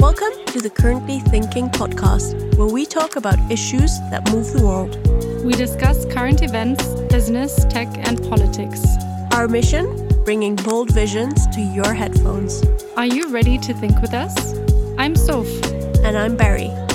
Welcome to the Currently Thinking podcast, where we talk about issues that move the world. We discuss current events, business, tech, and politics. Our mission bringing bold visions to your headphones. Are you ready to think with us? I'm Soph. And I'm Barry.